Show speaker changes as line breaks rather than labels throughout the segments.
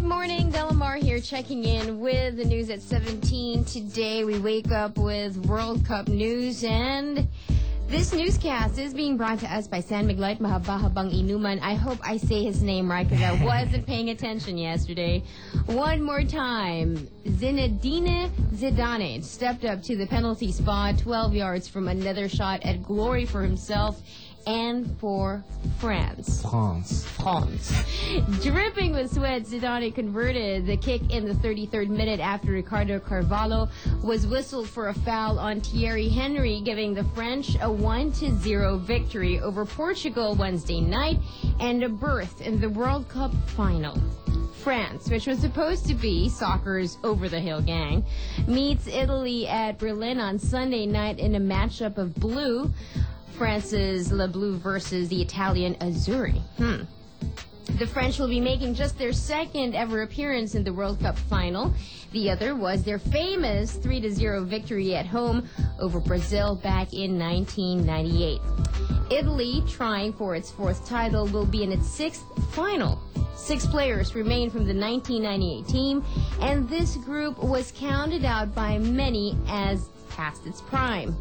morning, Delamar here, checking in with the news at 17. Today we wake up with World Cup news and this newscast is being brought to us by San Miglite Mahabahabang Inuman. I hope I say his name right because I wasn't paying attention yesterday. One more time, Zinedine Zidane stepped up to the penalty spot 12 yards from another shot at glory for himself and for France.
France.
France. Dripping with sweat, Zidane converted the kick in the 33rd minute after Ricardo Carvalho was whistled for a foul on Thierry Henry, giving the French a 1-0 victory over Portugal Wednesday night and a berth in the World Cup final. France, which was supposed to be soccer's over the hill gang, meets Italy at Berlin on Sunday night in a matchup of blue. France's Le Bleu versus the Italian Azzurri. Hmm. The French will be making just their second ever appearance in the World Cup final. The other was their famous 3 0 victory at home over Brazil back in 1998. Italy, trying for its fourth title, will be in its sixth final. Six players remain from the 1998 team, and this group was counted out by many as past its prime.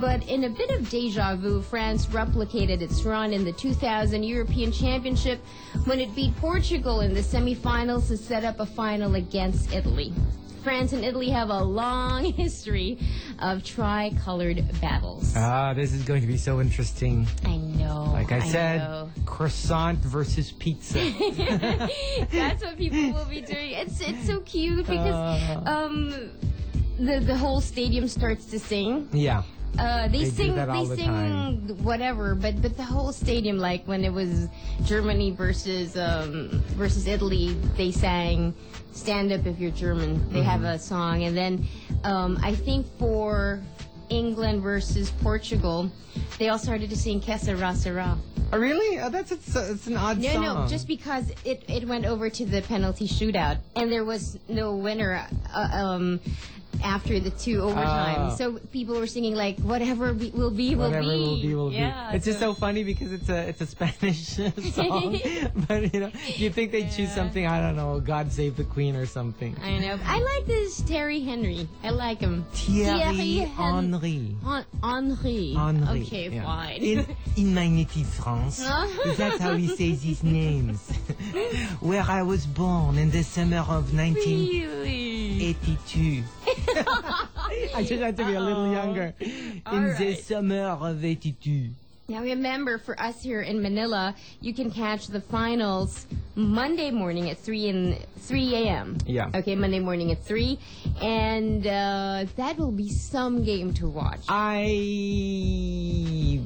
But in a bit of deja vu, France replicated its run in the 2000 European Championship when it beat Portugal in the semifinals to set up a final against Italy. France and Italy have a long history of tricolored battles.
Ah, this is going to be so interesting.
I know.
Like I, said,
know.
croissant versus pizza.
that's what people will be doing. It's it's so cute because
Uh.
um, the the whole stadium starts to sing.
yeah.
Uh, they,
They do
sing
that all
they
the
sing
time.
whatever, but but the whole stadium, like when it was Germany versus um, versus Italy, they sang "Stand Up If You're German." They have
Mm-hmm.
a song, and then um, I think for England versus Portugal, they all started to sing "Que Sera Sera."
Oh, really? Oh, that's it's, it's an odd
No,
song.
no, just because it, it went over to the penalty shootout and there was no winner uh, um, after the two overtimes.
Ah.
So people were singing like, whatever be, will be, will
Whatever
be.
will be, will
yeah,
be. It's just so funny because it's a it's a Spanish song, but you know you think they choose
Yeah.
something I don't know, God Save the Queen or something.
I know. I like this Terry Henry. I like him.
Thierry
Hen-
Henry.
Hen- Henry.
Henry.
Okay,
yeah.
fine.
In, in my native France, that's how he says his names. Where I was born in the summer of 19-
really?
82. I just had to be a little younger. In the
right.
summer of 82.
Now remember, for us here in Manila, you can catch the finals Monday morning at three in three a.m.
Yeah.
Okay, Monday morning at three, and uh, that will be some game to watch.
Uh, I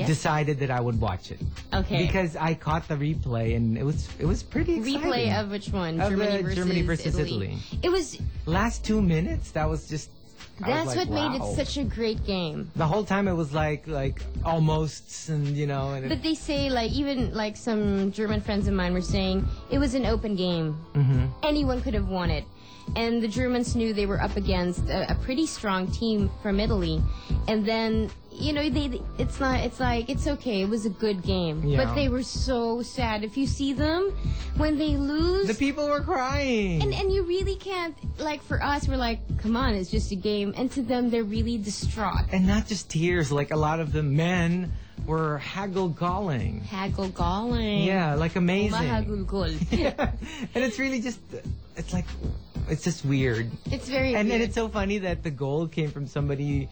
Yes?
decided that I would watch it
Okay.
because I caught the replay and it was it was pretty exciting.
replay of which one?
Of
Germany,
the
versus
Germany versus Italy.
It was.
last two minutes. That was just. I was
That's
like,
what made
wow.
it such a great game.
The whole time it was like like almost and you know and it,
But they say, like, even like some German friends of mine were saying, it was an open game.
Mm-hmm.
Anyone could have won it. And the Germans knew they were up against a, a pretty strong team from Italy. And then, you know, they it's not it's like it's okay. It was a good game.
Yeah.
But they were so sad. If you see them when they lose,
the people were crying.
and, and you really can't like for us we're like come on it's just a game and to them they're really distraught
and not just tears, like a lot of the men were haggle galling.
haggle galling
Yeah, like amazing.
Mahagul gol.
and it's really just, it's like, it's just weird.
it's very
And,
weird.
and it's so funny that the goal came from somebody.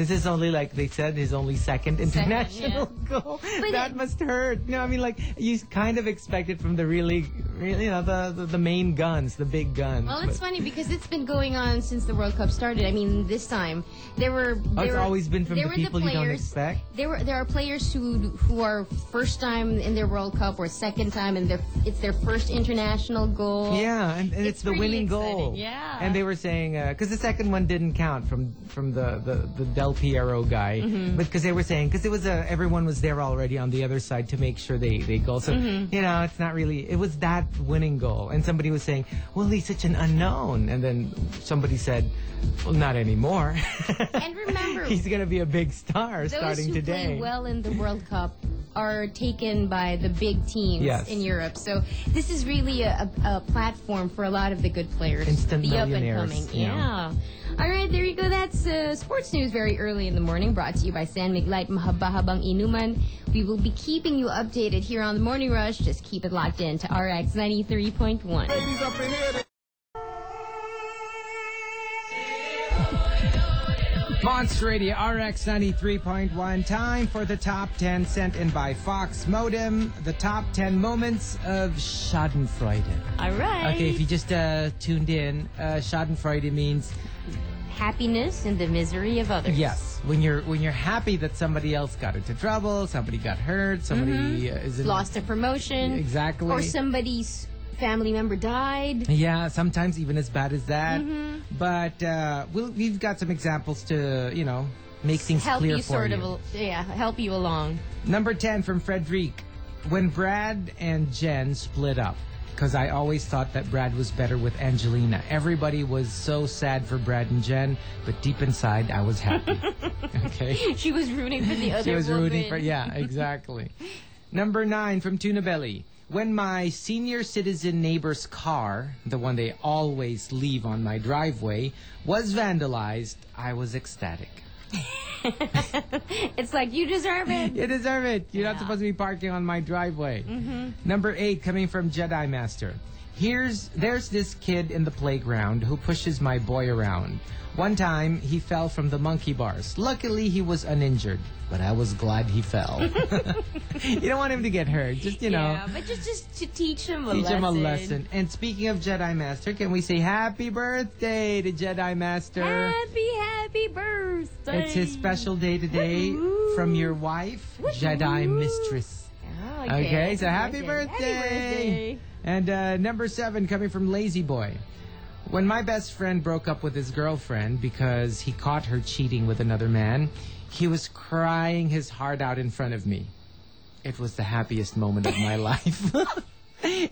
This is only like they said his only second international goal. that
it-
must hurt. No, I mean like you kind of expect it from the really, really you know the the, the main guns, the big guns.
Well, it's
But-
funny because it's been going on since the World Cup started. I mean, this time there were.
Oh,
there
it's
were-
always been from
there
the
were
people you don't
players-
expect.
There were there are players who who are first time in their World Cup or second time and their it's their first international goal.
Yeah, and, and it's,
It's
the
pretty
winning goal.
exciting, yeah.
and they were saying because the second one didn't count from from the the, the Del Piero guy,
Mm-hmm.
but because they were saying because it was a everyone was there already on the other side to make sure they they go. So
Mm-hmm.
you know, it's not really it was that winning goal, and somebody was saying, "Well, he's such an unknown," and then somebody said, "Well, not anymore."
And remember-
he's gonna be a big star
Those
starting
who
today.
play well in the World Cup are taken by the big teams
Yes.
in Europe. So this is really a, a, a platform for a lot of the good players,
Instant
the up and
millionaires,
coming.
yeah.
Yeah. All right, there you go. That's uh, sports news very early in the morning, brought to you by San Miglite Mahabahabang Inuman. We will be keeping you updated here on the Morning Rush. Just keep it locked in to RX ninety three point one.
Monster Radio RX 93.1. Time for the top 10 sent in by Fox Modem. The top 10 moments of Schadenfreude.
All right.
Okay, if you just uh, tuned in, uh, Schadenfreude means
Happiness and the misery of others.
yes. When you're when you're happy that somebody else got into trouble, somebody got hurt, somebody uh, is in,
Mm-hmm. Lost a promotion.
Exactly.
Or somebody's family member died.
Yeah, sometimes even as bad as that.
Mm-hmm.
But uh, we'll, we've got some examples to you know make things
help
clear
you
for
sort
you.
of al- yeah help you along
Number 10 from Frederic. When Brad and Jen split up, because I always thought that Brad was better with Angelina. Everybody was so sad for Brad and Jen, but deep inside, I was happy. okay?
she was rooting for the other
She was
woman.
rooting for, yeah, exactly. Number 9 from Tuna Belly. When my senior citizen neighbor's car, the one they always leave on my driveway, was vandalized, I was ecstatic.
it's like you deserve it
You deserve it. You're
Yeah.
not
Mm-hmm.
supposed to be parking on my driveway. Number eight, coming from Jedi Master. Here's there's this kid in the playground who pushes my boy around. One time he fell from the monkey bars. Luckily he was uninjured, but I was glad he fell. you don't want him to get hurt. Just you know,
yeah but just just to teach him a
teach
lesson
him a lesson. And speaking of Jedi Master, can we say happy birthday to Jedi Master?
happy happy birthday
It's his special day today
Woohoo.
from your wife, Jedi
Woohoo.
Mistress.
Oh,
Okay, so happy
Happy
birthday. And uh, number seven, coming from Lazy Boy. When my best friend broke up with his girlfriend because he caught her cheating with another man, he was crying his heart out in front of me. It was the happiest moment of my life.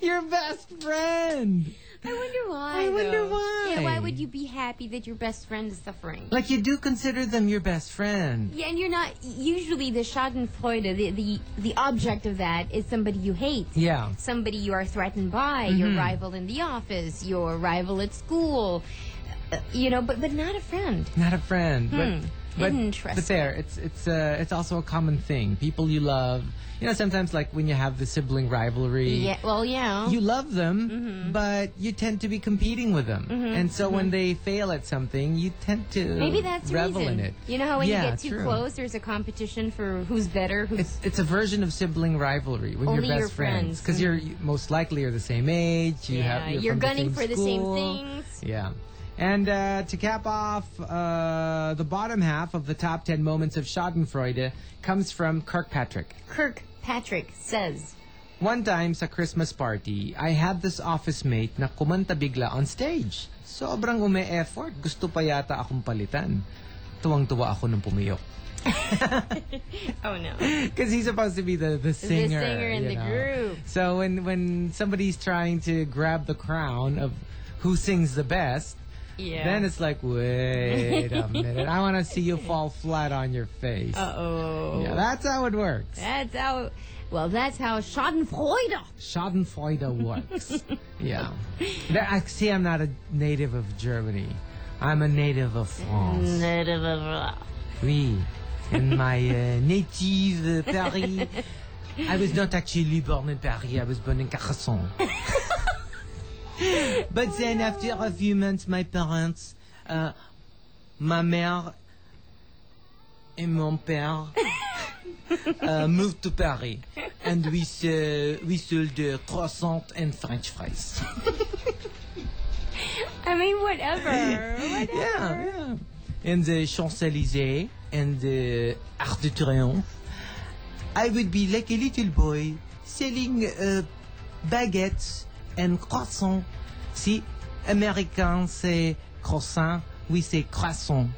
your best friend!
i wonder why
I wonder
though.
why.
yeah why would you be happy that your best friend is suffering
Like, you do consider them your best friend.
yeah, and you're not usually the Schadenfreude. The, the the object of that is somebody you hate.
Yeah. Mm-hmm.
somebody you are threatened by, your rival in the office, your rival at school, uh, you know, but but not a friend.
Not a friend,
Hmm.
but but,
Interesting.
but there, it's it's uh, it's also a common thing. People you love, you know, sometimes like when you have the sibling rivalry,
Yeah, well, yeah.
you love them,
Mm-hmm.
but you tend to be competing with them, and so when they fail at something, you tend to
Maybe that's the
revel
reason.
in it.
You know how when you
Yeah,
get too
true.
close, there's a competition for who's better, who's
It's, it's a version of sibling rivalry when
Only your
you're best friends
friends.
because you're you- most likely you're the same age. You
Yeah,
have you're,
you're
from
gunning
the same
for the same
school.
things.
Yeah. And uh, to cap off, uh, the bottom half of the top 10 moments of Schadenfreude comes from Kirkpatrick.
Kirkpatrick says.
One time sa Christmas party, I had this office mate na kumanta bigla on stage. Sobrang ume-effort. Gusto pa yata akong palitan. Tuwang-tuwa ako nung pumiyok.
Oh no.
Because he's supposed to be the, the singer.
singer in
you
the
know.
group.
So when, when somebody's trying to grab the crown of who sings the best,
Yeah.
then it's like, wait a minute. I want to see you fall flat on your face.
uh oh.
Yeah, that's how it works.
that's how. Well, that's how Schadenfreude.
Schadenfreude works. yeah. There, I see I'm not a native of Germany. I'm a native of
Mm,
France. Oui. In my uh, native uh, Paris. I was not actually born in Paris. I was born in Carcassonne. but then after a few months, my parents, uh, ma mère et mon père, uh, moved to Paris. And we, uh, we sold uh, croissant and French fries.
I mean, whatever. whatever.
Yeah, yeah. And the Champs Elysees and the Arc de Triomphe. I would be like a little boy selling uh, baguettes and croissants. See, Americans say croissant, we say croissant.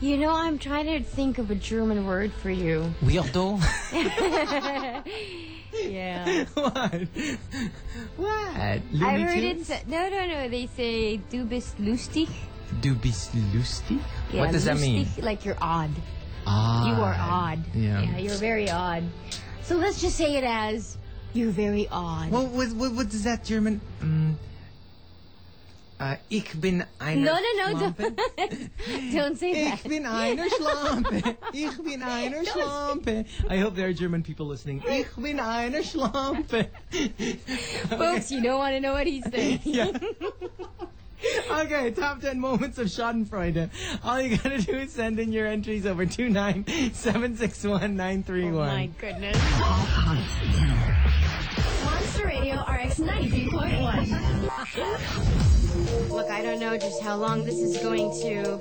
You know, I'm trying to think of a German word for you.
Weirdo.
Yeah.
what? What?
I
Looney
heard it.
Tunes?
sa- No, no, no. They say du bist lustig.
Du bist lustig?
Yeah,
what does that mean?
lustig, Like you're odd.
Odd.
You are odd.
Yeah.
you're very odd. So let's just say it as you're very odd.
What was what, what is that German? Um, uh, ich bin einer
no, no, no,
Schlampe.
don't, don't say
Ich
that.
bin einer Schlampe. Ich bin einer Schlampe. I hope there are German people listening. Ich bin einer Schlampe.
Folks, you don't want to know what he's saying.
Yeah. Okay, top 10 moments of Schadenfreude. All you gotta do is send in your entries over 29761931931.
My goodness.
Monster Radio RX 93.1.
Look, I don't know just how long this is going to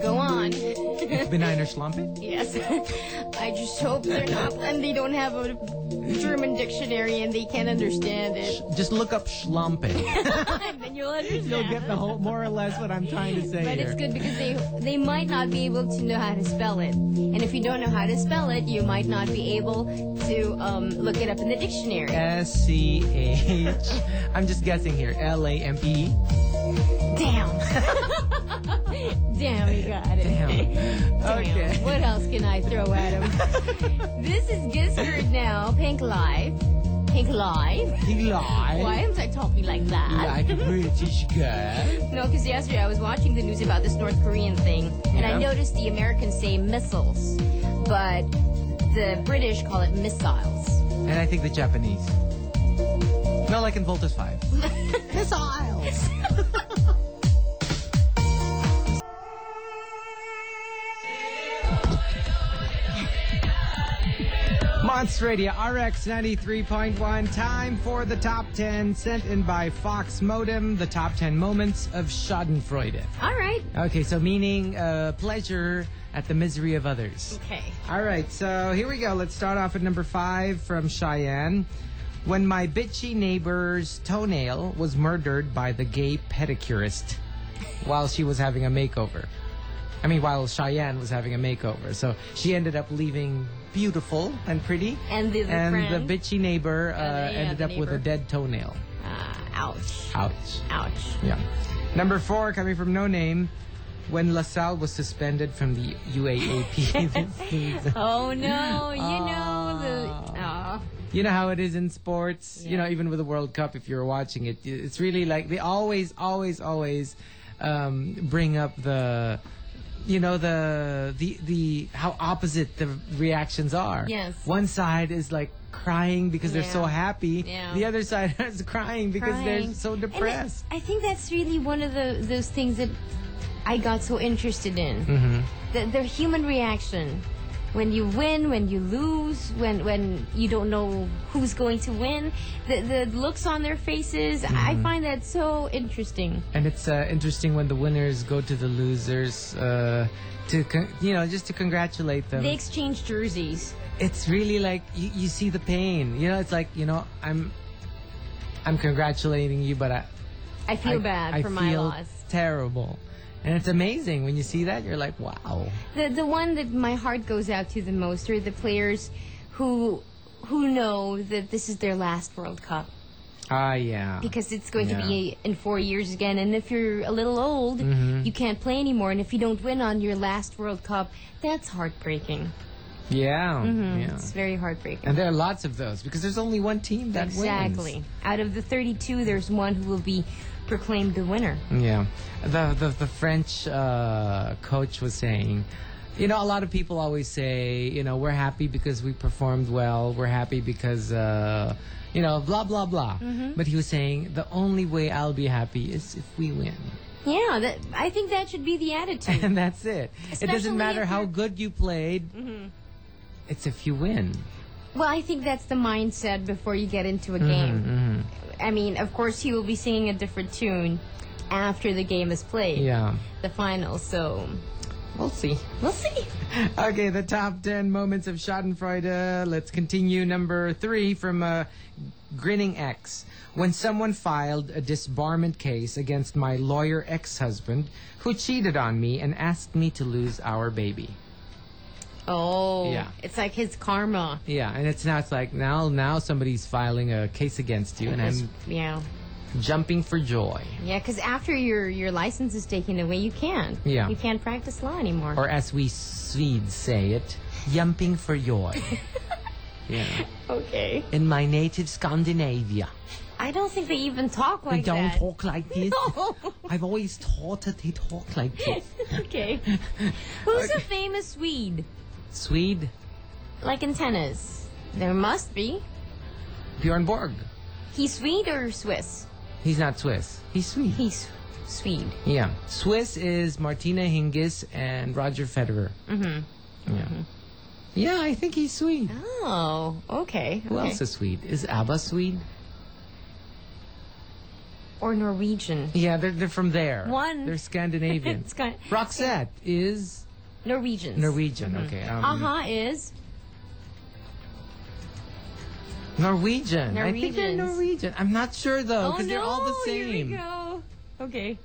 go on. Oh
Ich bin einer Schlampe.
yes. I just hope they're not, and they don't have a German dictionary and they can't understand it.
Just look up Schlampe.
And then you'll understand.
You'll get the whole, more or less what I'm trying to say
But
here.
it's good because they they might not be able to know how to spell it, and if you don't know how to spell it, you might not be able to um, look it up in the dictionary.
S C H. I'm just guessing here. L A M E.
Damn. Damn, you got it. Damn.
Okay.
What else can I throw at him? this is just heard now. Pink Live. Pink Live.
You lie.
Why am I talking like
You
that?
Like a British girl.
No, because yesterday I was watching the news about this North Korean thing, and I
Yeah.
noticed the Americans say missiles, but the British call it missiles.
And I think the Japanese. No, like in Voltus 5. Missiles. Monster Radio RX 93.1. Time for the top 10 sent in by Fox Modem. The top 10 moments of Schadenfreude.
All right.
Okay, so meaning uh, pleasure at the misery of others.
Okay.
All right, so here we go. Let's start off at number five from Cheyenne. When my bitchy neighbor's toenail was murdered by the gay pedicurist while she was having a makeover. I mean, while Cheyenne was having a makeover. So she ended up leaving beautiful and pretty.
And the- the
and
friend.
the bitchy neighbor uh,
Yeah, the- yeah,
ended
the
up with a
neighbor.
dead toenail.
Uh, ouch.
Ouch.
Ouch.
Yeah. Number four, coming from No Name, when LaSalle was suspended from the UAAP this season.
Oh no! You know the. Oh.
You know how it is in sports. You know, even with the World Cup, if you're watching it, it's really like they always, always, always um, bring up the, you know, the the the how opposite the reactions are.
Yes.
One side is like crying because they're so
Yeah.
happy.
Yeah.
The other side is crying because
crying.
they're so
And that-
depressed.
I think that's really one of the those things that I got so interested in.
Mm-hmm.
The, the human reaction when you win, when you lose, when when you don't know who's going to win, the the looks on their faces.
Mm-hmm.
I find that so interesting.
And it's uh, interesting when the winners go to the losers uh, to, con- you know, just to congratulate them.
They exchange jerseys.
it's really like you, you see the pain. You know, it's like you know, I'm, I'm congratulating you, but I
I feel
I,
bad
I
for
feel
my loss.
Terrible, and it's amazing when you see that. You're like, wow.
The the one that my heart goes out to the most are the players who who know that this is their last World Cup.
Ah, yeah.
because it's going to
Yeah.
be in four years again. And if you're a little old,
Mm-hmm.
you can't play anymore. And if you don't win on your last World Cup, that's heartbreaking.
yeah, yeah.
It's very heartbreaking.
And there are lots of those because there's only one team that
exactly. Out of the 32, there's one who will be proclaimed the winner.
wins. Yeah. The the the French uh, coach was saying. You know, a lot of people always say, you know, we're happy because we performed well. We're happy because, uh, you know, blah, blah, blah.
Mm-hmm.
But he was saying, the only way I'll be happy is if we win.
Yeah, that, I think that should be the attitude.
And that's it. it doesn't
Especially
matter
if
how
you're- Mm-hmm.
good you played, it's if you win.
well, I think that's the mindset before you get into a
Mm-hmm,
game. I mean, of course, he will be singing a different tune after the game is played,
Yeah.
the final. So
We'll see.
we'll see.
okay, the top 10 moments of Schadenfreude. Let's continue. Number three from uh, Grinning X. When someone filed a disbarment case against my lawyer ex husband who cheated on me and asked me to lose our baby.
Oh,
Yeah.
it's like his karma.
Yeah, and it's now it's like now now somebody's filing a case against you, and I'm
Yeah,
jumping for joy.
yeah. Because after your your license is taken away, you can't.
Yeah.
you can't practice law anymore.
Or as we Swedes say it, jumping for joy. Yeah.
Okay.
In my native Scandinavia,
I don't think they even talk
they
like
don't
that.
talk like this.
No.
I've always thought that they talk like this.
okay. Who's a famous Swede?
Swede,
Like in tennis. There must be.
Bjorn Borg.
He's Swede or Swiss?
He's not Swiss. He's Swede.
He's Swede.
Yeah. Swiss is Martina Hingis and Roger Federer.
Mm-hmm.
Yeah. Yeah, I think he's Swede.
Oh, okay.
Who
okay.
else is Swede? Is ABBA Swede?
Or Norwegian.
Yeah, they're, they're from there.
One.
They're Scandinavian.
It's kind
Roxette is
Norwegians.
Norwegian. Okay. Um,
Uh huh. Is
Norwegian. I think
Norwegians.
they're Norwegian. I'm not sure though,
oh
because
no,
they're all the
here we
same.
go. Okay.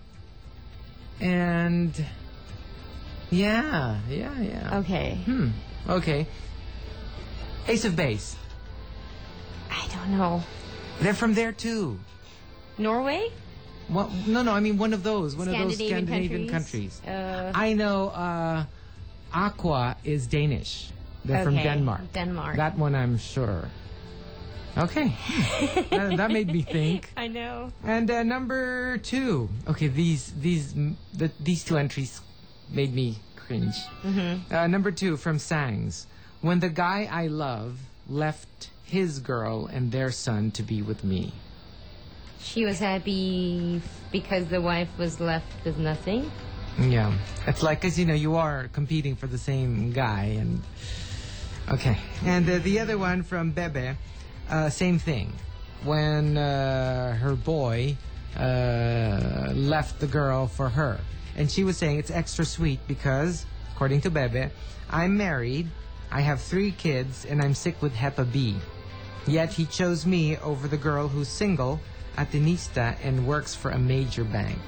And yeah, yeah, yeah.
Okay.
Hmm. Okay. Ace of Base.
I don't know.
They're from there too.
Norway.
Well, no, no. I mean, one of those. One of those Scandinavian countries.
Uh,
I know. Uh, Aqua is Danish. They're from
okay.
Denmark.
Denmark.
That one, I'm sure. Okay. that, that made me think.
I know.
And uh, number two. Okay, these these m- the, these two entries made me cringe. Uh, number two from Sangs. When the guy I love left his girl and their son to be with me.
She was happy because the wife was left with nothing.
Yeah, it's like because you know you are competing for the same guy and okay. And uh, the other one from Bebe, uh, same thing. When uh, her boy uh, left the girl for her, and she was saying it's extra sweet because, according to Bebe, I'm married, I have three kids, and I'm sick with HEPA B. Yet he chose me over the girl who's single, Atenista, and works for a major bank.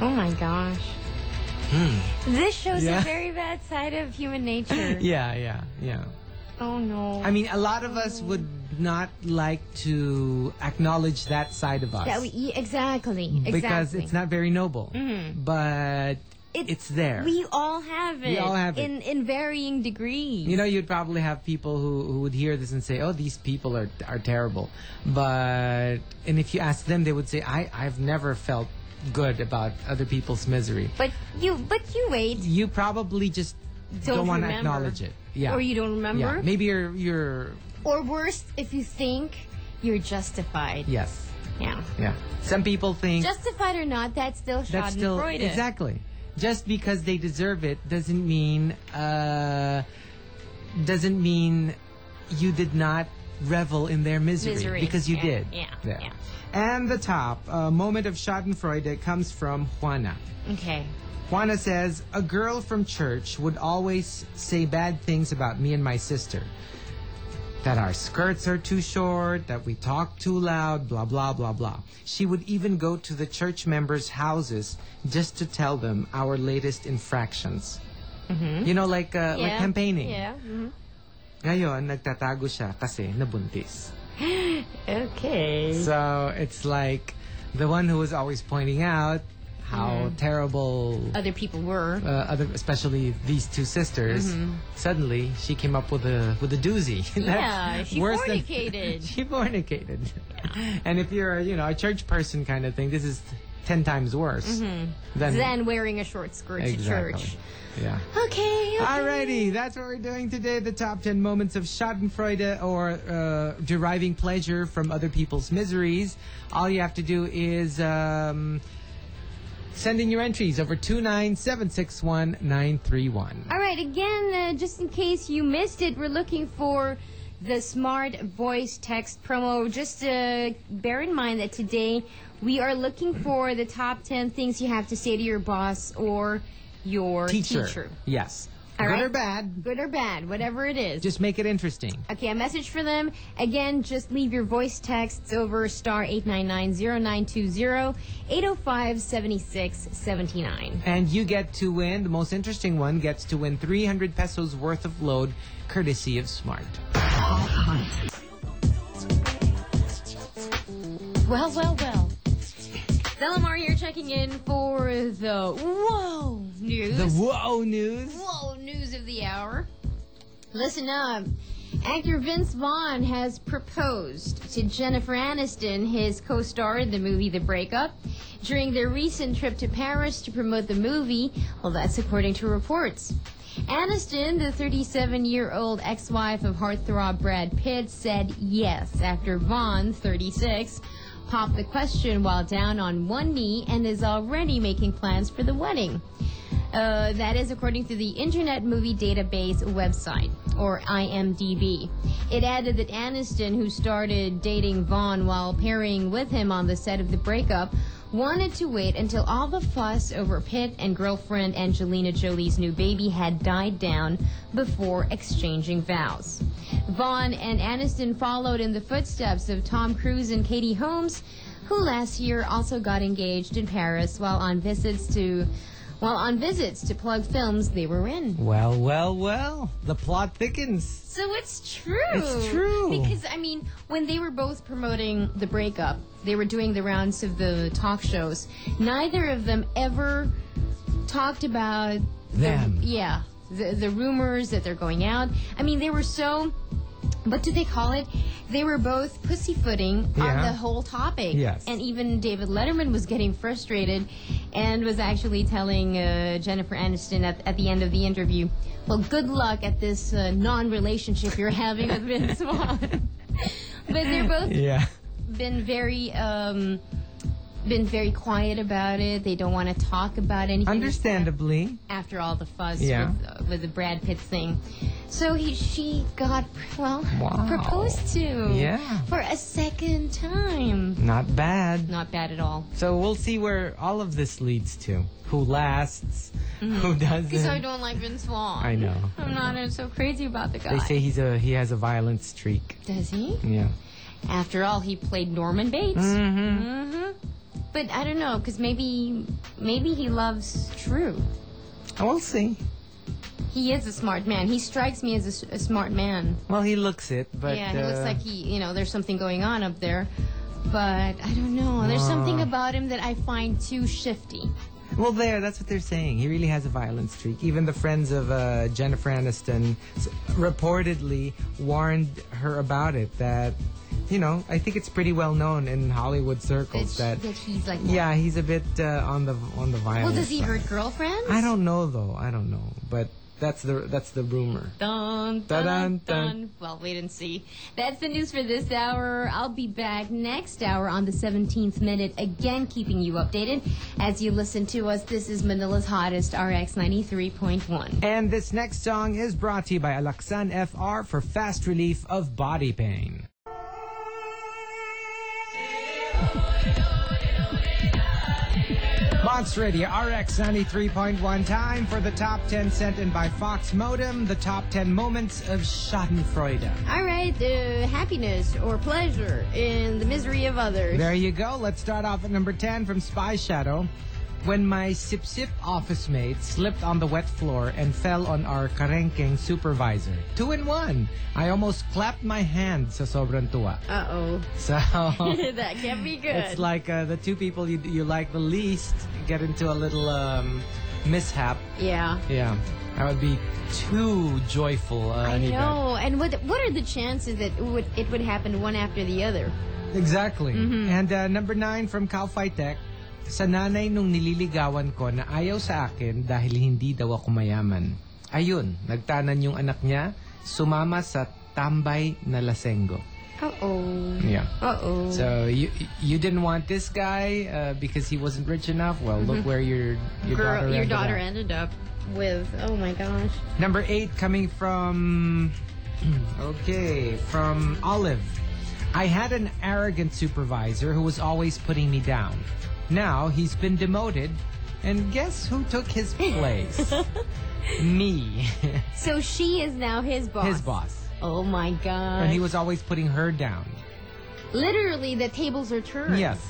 Oh my gosh. This shows
Hmm. Yeah.
a very bad side of human nature.
Yeah, yeah, yeah.
Oh no.
I mean, a lot of us would not like to acknowledge that side of us
that we, yeah, exactly.
because
exactly. Mm-hmm.
it's not very noble. But it's, there.
We all have it.
all have it.
in in varying degrees.
you know, you'd probably have people who, who would hear this and say, "Oh, these people are are terrible." But and if you ask them, they would say, "I I've never felt good about other people's misery."
but you but you wait
You probably just
Don't
want to
remember.
acknowledge it. Yeah.
or you don't remember
Yeah. Maybe you're you're
or worse if you think you're justified.
yes.
Yeah.
Yeah. Some people think
Justified or not, that's still
That's still
Schadenfreude.
exactly. Just because they deserve it doesn't mean uh, doesn't mean you did not revel in their misery,
Misery,
because you
yeah,
did.
yeah, yeah.
And the top uh, moment of Schadenfreude comes from Juana.
Okay.
Juana says, A girl from church would always say bad things about me and my sister. That our skirts are too short, that we talk too loud, blah, blah, blah, blah. She would even go to the church members' houses just to tell them our latest infractions. You know, like uh, like
Mm-hmm. Yeah.
campaigning.
Yeah. mhm.
Ngayon, nagtatago siya kasi nabuntis.
Okay.
So it's like the one who was always pointing out how
Mm-hmm.
terrible
Other people were.
uh, other, especially these two sisters,
Mm-hmm.
suddenly she came up with a with a doozy.
Yeah,
That's
she
worse than-
fornicated.
she fornicated. And if you're, you know, a church person kind of thing, this is ten times worse than
Then wearing a short skirt
exactly.
to Mm-hmm. church.
Yeah.
Okay. okay.
Alrighty, that's what we're doing today. The top 10 moments of Schadenfreude or uh, deriving pleasure from other people's miseries. All you have to do is um, send in your entries over 2976191.
All right, again, uh, just in case you missed it, we're looking for the smart voice text promo. Just uh, bear in mind that today we are looking for the top 10 things you have to say to your boss or your
teacher.
teacher.
Yes.
All
Good
right.
or bad,
Good or bad, whatever it is.
just make it interesting.
Okay, a message for them. Again, just leave your voice texts over star 899-0920, 805-7679.
And you get to win. The most interesting one gets to win 300 pesos worth of load, courtesy of Smart.
Well, well, well. Delamar here checking in for the whoa news.
The whoa news.
whoa news of the hour. Listen up. Actor Vince Vaughn has proposed to Jennifer Aniston, his co star in the movie The Breakup, during their recent trip to Paris to promote the movie. Well, that's according to reports. Aniston, the 37 year old ex wife of heartthrob Brad Pitt, said yes after Vaughn, 36, popped the question while down on one knee and is already making plans for the wedding. Uh, that is according to the Internet Movie Database website, or IMDb. It added that Aniston, who started dating Vaughn while pairing with him on the set of the breakup, wanted to wait until all the fuss over Pitt and girlfriend Angelina Jolie's new baby had died down before exchanging vows. Vaughn and Aniston followed in the footsteps of Tom Cruise and Katie Holmes, who last year also got engaged in Paris while on visits to while on visits to plug films they were in.
Well, well, well. The plot thickens.
So it's true.
It's true.
Because I mean, when they were both promoting the breakup, they were doing the rounds of the talk shows. Neither of them ever talked about the-
Them.
yeah, the the rumors that they're going out. I mean, they were so. What do they call it? They were both pussyfooting on
Yeah.
the whole topic.
Yes.
And even David Letterman was getting frustrated and was actually telling uh, Jennifer Aniston at, at the end of the interview, well, good luck at this uh, non relationship you're having with Vince Vaughn. but they're both
Yeah.
been very. Um, been very quiet about it. They don't want to talk about anything
Understandably.
after all the fuzz
Yeah.
with, uh, with the Brad Pitt thing. So he, she got well
Wow.
proposed to
Yeah.
for a second time.
Not bad.
Not bad at all.
So we'll see where all of this leads to. Who lasts?
Mm-hmm.
Who
Because I
doesn't?
don't like Vince Vaughn.
I know.
I'm not uh, so crazy about the guy.
They say he's a he has a violent streak.
Does he?
Yeah.
After all, he played Norman Bates. Mm-hmm. But I don't know, because maybe maybe he loves True.
We'll see.
He is a smart man. He strikes me as a s- a, smart man.
Well, he looks it, but
yeah, he looks
uh,
like he, you know, there's something going on up there. But I don't know. There's something
Wow.
about him that I find too shifty.
Well, there, that's what they're saying. He really has a violent streak. Even the friends of uh, Jennifer Aniston s- reportedly warned her about it. That, you know, I think it's pretty well known in Hollywood
That,
circles
sh-
that,
that he's like,
yeah, he's a bit uh, on the on the violent.
Well, does he
side.
hurt girlfriends?
I don't know though. I don't know, but that's the that's the rumor.
Dun, dun, dun,
Dun, dun, dun.
Well, wait and see. That's the news for this hour. I'll be back next hour on the 17th minute, again keeping you updated as you listen to us. This is Manila's hottest RX 93.1.
And this next song is brought to you by Alaksan FR for fast relief of body pain. Monster Radio RX 93.1 time for the top 10 sent in by Fox Modem, the top 10 moments of Schadenfreude.
All right, uh, happiness or pleasure in the misery of others.
There you go. Let's start off at number 10 from Spy Shadow. When my Sip Sip office mate slipped on the wet floor and fell on our karengking supervisor. Two in one. I almost clapped my hand sa sobrang tuwa.
Uh oh.
So,
that can't be good.
it's like uh, the two people you, you like the least get into a little um, mishap.
yeah.
Yeah. I would be too joyful.
I
Uh, any bad-
know. And what what are the chances that it would, it would happen one after the other?
Exactly.
Mm-hmm.
And uh, number nine from Cal Phi Tech, sa nanay nung nililigawan ko na ayaw sa akin dahil hindi daw ako mayaman. Ayun, nagtanan yung anak niya, sumama sa tambay na lasengo.
Uh oh.
Yeah.
Uh oh.
So you you didn't want this guy uh, because he wasn't rich enough. Well, look where your your
Mm-hmm. Girl,
daughter
your
ended
daughter
up.
ended up with. Oh my gosh.
Number eight coming from. Okay, from Olive. I had an arrogant supervisor who was always putting me down. Now he's been demoted, and guess who took his place? me,
So she is now his boss.
his boss.
Oh my gosh.
And he was always putting her down.
Literally, the tables are turned.
Yes.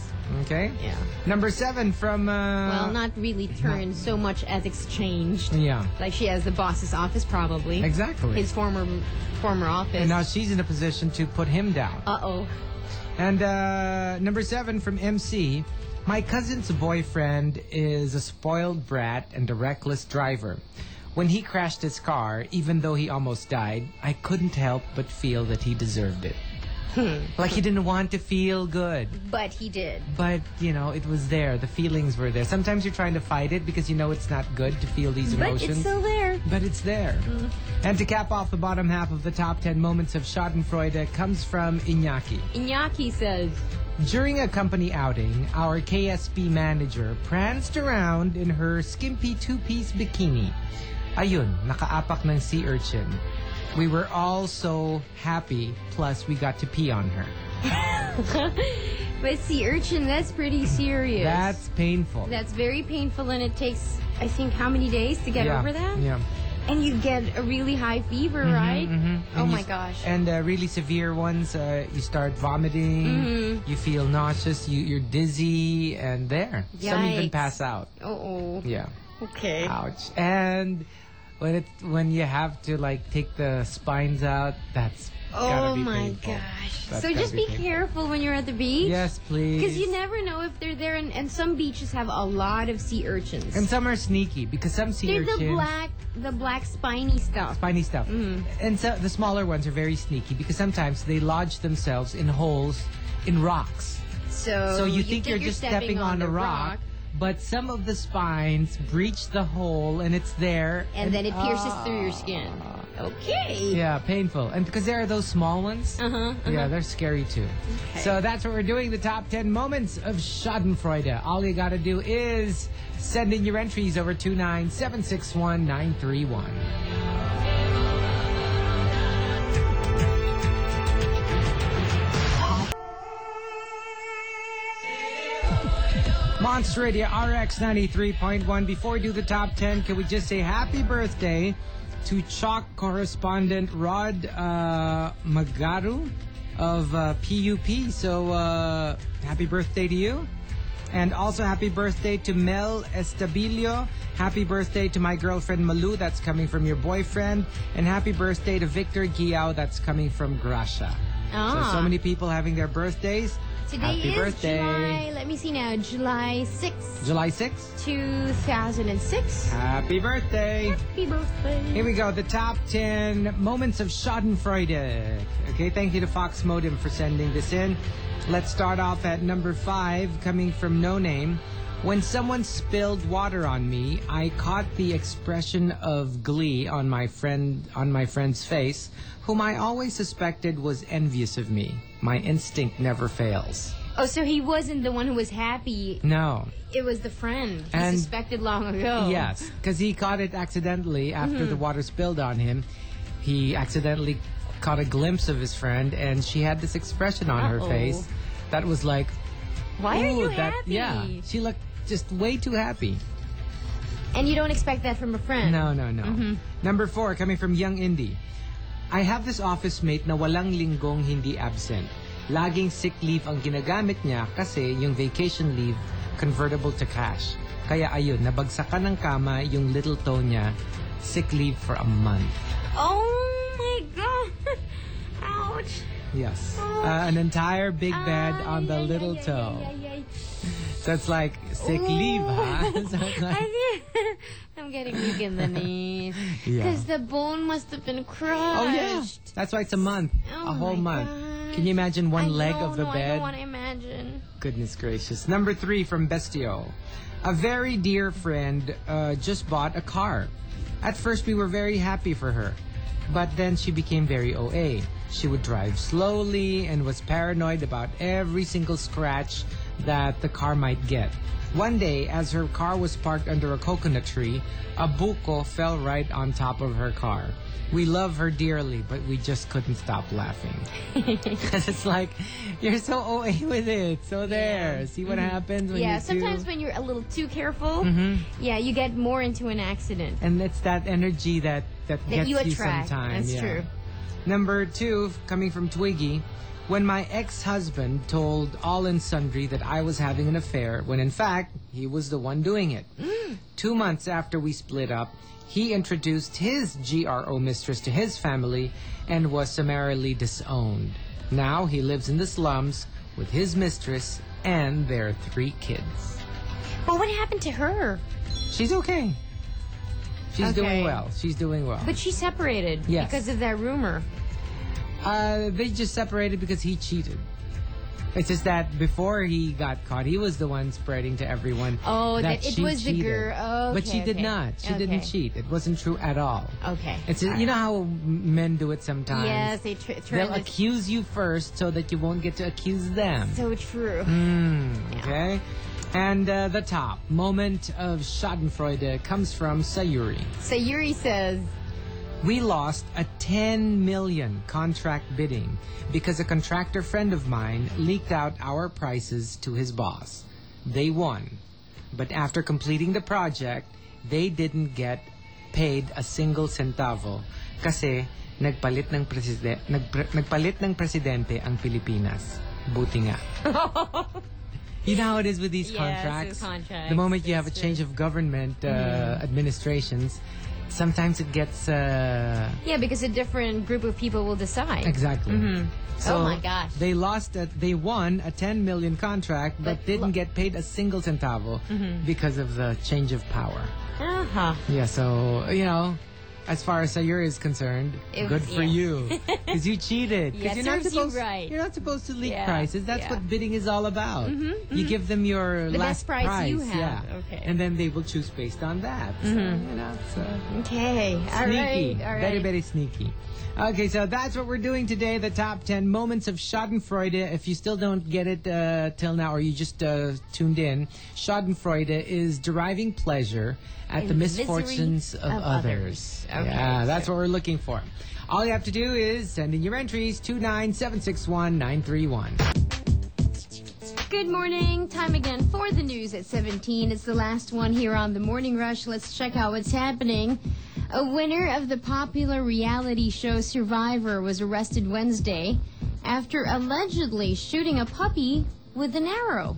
Okay.
Yeah.
Number seven from. Uh,
Well, not really turned so much as exchanged.
Yeah.
Like she has the boss's office probably.
Exactly.
His former former office.
and now she's in a position to put him down.
uh oh.
And uh, number seven from MC. My cousin's boyfriend is a spoiled brat and a reckless driver. When he crashed his car, even though he almost died, I couldn't help but feel that he deserved it.
Hmm.
like he didn't want to feel good.
But he did.
But, you know, it was there. The feelings were there. Sometimes you're trying to fight it because you know it's not good to feel these
But
emotions.
it's Mm-hmm. still there.
But it's there. And to cap off the bottom half of the top 10 moments of Schadenfreude comes from Iñaki.
Iñaki says,
During a company outing, our KSP manager pranced around in her skimpy two-piece bikini. Ayun, nakaapak ng sea urchin. We were all so happy, plus we got to pee on her.
but sea urchin, that's pretty serious.
That's painful.
That's very painful, and it takes, I think, how many days to get
yeah.
over that?
Yeah.
And you get a really high fever, right?
mhm.
Oh
And you
my
s-
gosh.
And uh, really severe ones, uh, you start vomiting,
Mm-hmm.
you feel nauseous, you, you're dizzy, and there. Some even
Yikes.
pass out.
oh,
Yeah.
okay.
Ouch. And when it when you have to like take the spines out, that's gotta
Oh
be
my
painful.
gosh.
That's
so
gotta
just be
painful.
careful when you're at the beach.
Yes, please.
Because you never know if they're there, and, and some beaches have a lot of sea urchins.
and some are sneaky because some sea
they're
urchins.
the black, Mm. the black spiny stuff.
spiny stuff. And so the smaller ones are very sneaky because sometimes they lodge themselves in holes in rocks.
So,
So you, think, you're just stepping, on,
the
a rock, but some of the spines breach the hole and it's there.
and then it pierces through your skin. Okay.
ah. Yeah, painful. And because there are those small ones.
Uh huh.
Yeah, they're scary too. So that's what we're doing. The top 10 moments of Schadenfreude. All you got to do is send in your entries over 29761 Monster Radio RX 93.1. Before we do the top 10, can we just say happy birthday to Chalk correspondent Rod uh, Magaru of uh, PUP? So uh, happy birthday to you. And also happy birthday to Mel Estabilio. Happy birthday to my girlfriend Malu, that's coming from your boyfriend. And happy birthday to Victor Giao, that's coming from Grasha.
Ah.
So, so many people having their birthdays.
Today
happy
is
birthday.
July. Let me see now. July 6th,
July 6th.
2006.
Happy birthday!
Happy birthday.
Here we go, the top 10 moments of Schadenfreude. Okay, thank you to Fox Modem for sending this in. Let's start off at number 5, coming from No Name. When someone spilled water on me, I caught the expression of glee on my friend on my friend's face, whom I always suspected was envious of me. My instinct never fails.
Oh, so he wasn't the one who was happy.
No,
It was the friend. He
And-
suspected long ago.
Yes, because he caught it accidentally after
Mm-hmm.
the water spilled on him. He accidentally caught a glimpse of his friend, and she had this expression on her
Uh-oh.
face that was like,
Why are
"Ooh,
you
that,
happy?
Yeah, she looked just way too happy.
And you don't expect that from a friend.
No, no, no.
Mm-hmm.
Number four, coming from Young Indy. I have this office mate na walang linggong hindi absent. Laging sick leave ang ginagamit niya kasi yung vacation leave convertible to cash. Kaya ayun, nabagsakan ng kama yung little toe niya, sick leave for a month.
Oh my god. Ouch.
Yes. Uh, an entire big bed on the
Ay, ay,
little
ay,
toe.
ay, ay, ay.
So it's like, sick leave, ha? So it's like,
I can't- I'm getting weak in the knees.
Yeah.
Because the bone must have been crushed.
oh yeah. That's why it's a month.
Oh
a whole
my
month.
gosh.
Can you imagine one
I
leg
know,
of the
no, I
bed?
don't want to imagine.
Goodness gracious. Number three from Bestio. A very dear friend uh, just bought a car. At first, we were very happy for her, but then she became very OA. She would drive slowly and was paranoid about every single scratch that the car might get. One day, as her car was parked under a coconut tree, a buko fell right on top of her car. We love her dearly, but we just couldn't stop laughing. Because it's like, you're so OA with it. So there. See what happens when
yeah,
you
sometimes
do. Mm-hmm.
when you're a little too careful, yeah, you get more into an accident.
And it's that energy that, that,
That
gets
you attract.
sometimes.
That's
yeah.
true.
Number two, coming from Twiggy. When my ex husband told all and sundry that I was having an affair, when in fact, he was the one doing it.
Mm.
Two months after we split up, he introduced his GRO mistress to his family and was summarily disowned. Now he lives in the slums with his mistress and their three kids.
But what happened to her?
She's okay. She's
Okay.
doing well. She's doing well.
But she separated
Yes.
because of that rumor.
Uh, they just separated because he cheated. It's just that before he got caught, he was the one spreading to everyone.
Oh, that it
she
was the
cheated.
girl. Oh,
but she
okay,
did
okay.
not. She
Okay.
didn't cheat. It wasn't true at all.
Okay.
It's you know how men do it sometimes.
yes, they tr- turned
They'll
this-
accuse you first so that you won't get to accuse them.
so true.
Mm, okay. And uh, the top moment of Schadenfreude comes from Sayuri.
So Yuri says,
We lost a 10 million contract bidding because a contractor friend of mine leaked out our prices to his boss. They won. But after completing the project, they didn't get paid a single centavo kasi nagpalit ng presidente nagpre- nagpalit ng presidente ang Pilipinas. Buti nga. You know how it is with these
Yes, with
contracts.
contracts,
The moment you have a
it's Mm-hmm.
change of government uh, administrations, sometimes it gets uh,
"Yeah, because a different group of people will decide."
exactly.
Oh
So
my gosh.
They lost. A, they won a 10 million contract,
But
but, didn't
lo- Mm-hmm.
get paid a single centavo because of the change of power.
Uh huh.
Yeah. So you know. As far as Sayuri is concerned,
It
good
was-
for
yeah.
you, because you cheated. 'Cause
Yeah,
you're not
serves you
supposed,
right.
You're not supposed to leak
Yeah,
prices. That's
yeah. Mm-hmm,
what bidding is all about. You give them your
The
last
best price you have.
yeah,
Okay. Mm-hmm.
and then they will choose based on that. So, you know, it's, uh,
Okay. All
sneaky.
right. All right.
Very, very sneaky. Okay, so that's what we're doing today. The top 10 moments of Schadenfreude. If you still don't get it uh, till now or you just uh, tuned in, Schadenfreude is deriving pleasure at
In
the
the
misfortunes
misery of
of, others.
others. Okay,
yeah,
so-
that's what we're looking for. All you have to do is send in your entries 29761 931.
Good morning. Time again for the news at 17. It's the last one here on the Morning Rush. Let's check out what's happening. A winner of the popular reality show Survivor was arrested Wednesday after allegedly shooting a puppy with an arrow.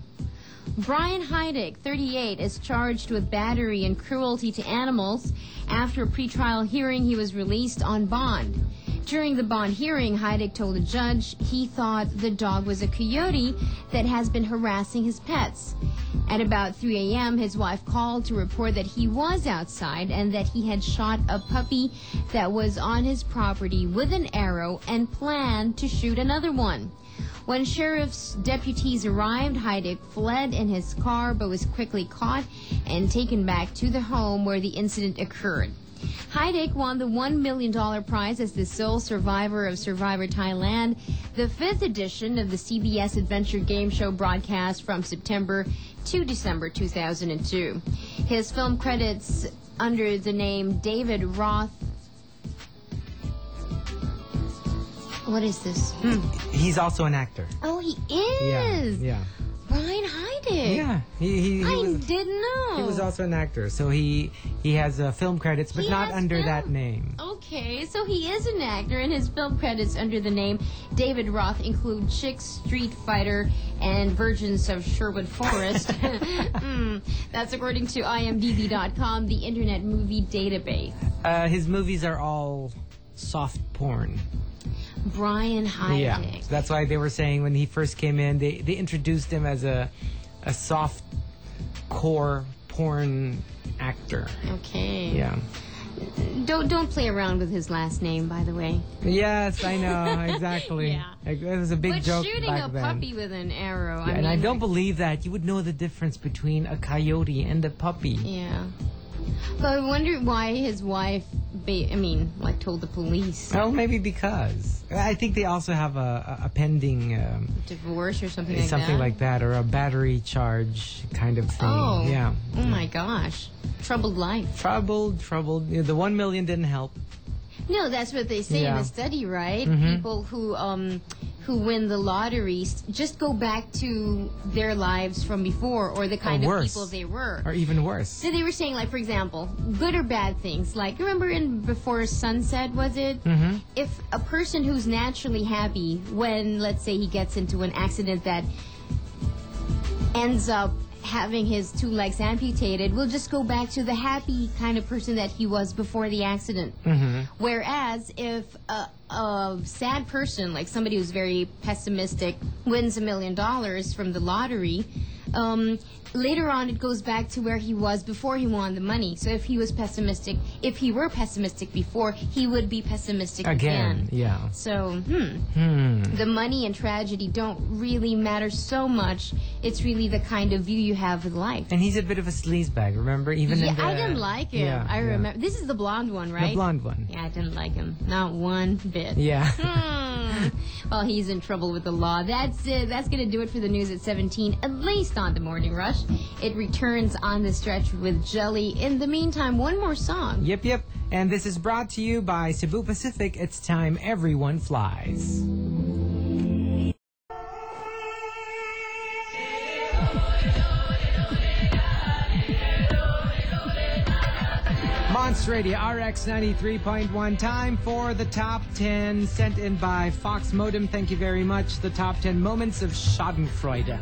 Brian Heidick, 38, is charged with battery and cruelty to animals. After a pretrial hearing, he was released on bond. During the bond hearing, Heidick told a judge he thought the dog was a coyote that has been harassing his pets. At about 3 a.m., his wife called to report that he was outside and that he had shot a puppy that was on his property with an arrow and planned to shoot another one. When sheriff's deputies arrived, Heidick fled in his car but was quickly caught and taken back to the home where the incident occurred. Heidick won the $1 million prize as the sole survivor of Survivor Thailand, the fifth edition of the CBS Adventure Game Show broadcast from September to December 2002. His film credits under the name David Roth. What is this?
He's also an actor.
Oh, he is.
Yeah.
Brian Heidick.
Yeah. He, he, he
I
was,
didn't know.
he was also an actor, so he he has uh, film credits, but
He
not
has
under that
film-
name.
Okay, so he is an actor, and his film credits under the name David Roth include Chicks, Street Fighter, and Virgins of Sherwood Forest. Hmm, that's according to IMDb.com, the Internet Movie Database.
Uh, his movies are all soft porn.
Brian Heidick.
So that's why they were saying when he first came in, they, they introduced him as a a soft core porn actor.
Okay.
Yeah.
Don't don't play around with his last name, by the way.
Yes, I know exactly.
Yeah.
Like, it was a big
But
joke
shooting
back
a
then.
puppy with an arrow. I
Yeah, and I
mean,
don't believe that you would know the difference between a coyote and a puppy.
Yeah. But I wonder why his wife, ba- I mean, like, told the police
Oh, maybe because I think they also have a, a, a pending um,
divorce or something like
something
that.
like that or a battery charge kind of thing.
Oh.
Yeah.
Oh my gosh. Troubled life.
Troubled, troubled. You know, the one million didn't help.
No, that's what they say in
Yeah. Mm-hmm.
the study, right? People who um who win the lottery s- just go back to their lives from before or the kind of
worse.
people they were.
Or even worse.
So they were saying, like, for example, good or bad things. Like, remember in Before Sunset, was it? Mm-hmm. If a person who's naturally happy, when, let's say, he gets into an accident that ends up having his two legs amputated, will just go back to the happy kind of person that he was before the accident. Whereas if a, a sad person, like somebody who's very pessimistic, wins a million dollars from the lottery, um, later on it goes back to where he was before he won the money. So if he was pessimistic, if he were pessimistic before, he would be pessimistic again.
Again, yeah.
So, hmm. The money and tragedy don't really matter so much. It's really the kind of view you have with life.
And he's a bit of a sleazebag, remember? Even
yeah,
in the,
I didn't like him.
Yeah,
I
yeah.
remember. This is the blonde one, right?
The blonde one.
Yeah, I didn't like him. Not one bit.
Yeah.
Hmm. Well, he's in trouble with the law. That's it. That's going to do it for the news at 17, at least on the morning rush. It returns on the stretch with Jelly. In the meantime, one more song.
Yep, yep. And this is brought to you by Cebu Pacific. It's time everyone flies. Monster Radio RX 93.1. Time for the top 10 sent in by Fox Modem. Thank you very much. The top 10 moments of Schadenfreude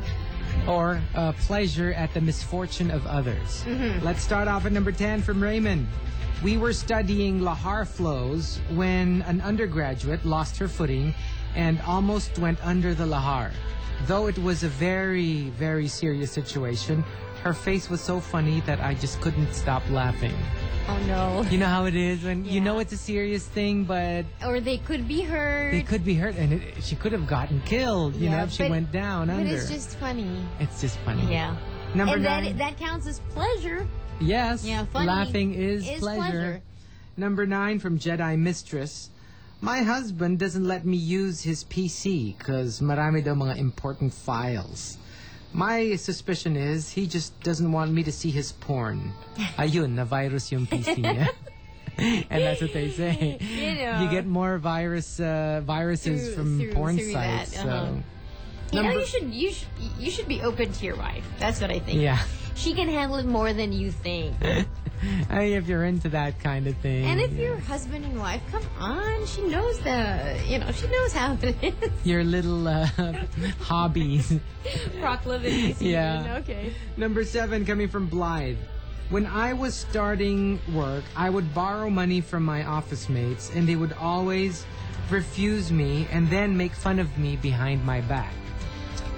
or uh, pleasure at the misfortune of others. Let's start off at number 10 from Raymond. We were studying lahar flows when an undergraduate lost her footing and almost went under the lahar. Though it was a very, very serious situation, her face was so funny that I just couldn't stop laughing.
Oh, no.
You know how it is when you
Yeah.
know it's a serious thing, but
Or they could be hurt.
they could be hurt, and it, she could have gotten killed. You
Yeah,
know, if she
but-
went down
but
under.
it's just funny.
It's just funny.
Yeah.
Number
and
nine.
that, that counts as pleasure.
yes.
Yeah, funny
laughing is,
is pleasure.
pleasure. Number nine from Jedi Mistress. My husband doesn't let me use his PC because marami daw mga important files. My suspicion is he just doesn't want me to see his porn. Ayun, na virus yung PC niya. and that's what they say.
You know.
get more virus uh, viruses
Through-
from
through-
porn
through that,
sites.
uh-huh.
So
You know,
Number-
you should you should you should be open to your wife. That's what I think.
yeah,
She can handle it more than you think.
I mean, if you're into that kind of thing.
And if
yeah.
you're husband and wife, come on, she knows the you know she knows how it is.
your little uh, hobbies.
Proclivities.
Yeah.
even, Okay.
Number seven coming from Blythe. When I was starting work, I would borrow money from my office mates, and they would always refuse me and then make fun of me behind my back.